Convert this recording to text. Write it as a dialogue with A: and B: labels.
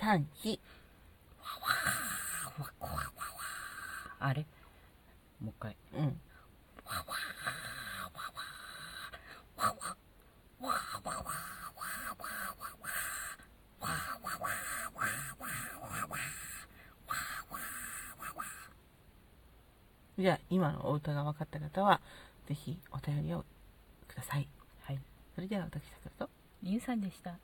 A: 3、4。わわわわわわ
B: あれもう一回。
A: わうん。じゃあ、今のお歌が分かった方は、ぜひお便りをください。
B: はい。
A: それでは、私、桜と。
B: ゆうさんでした。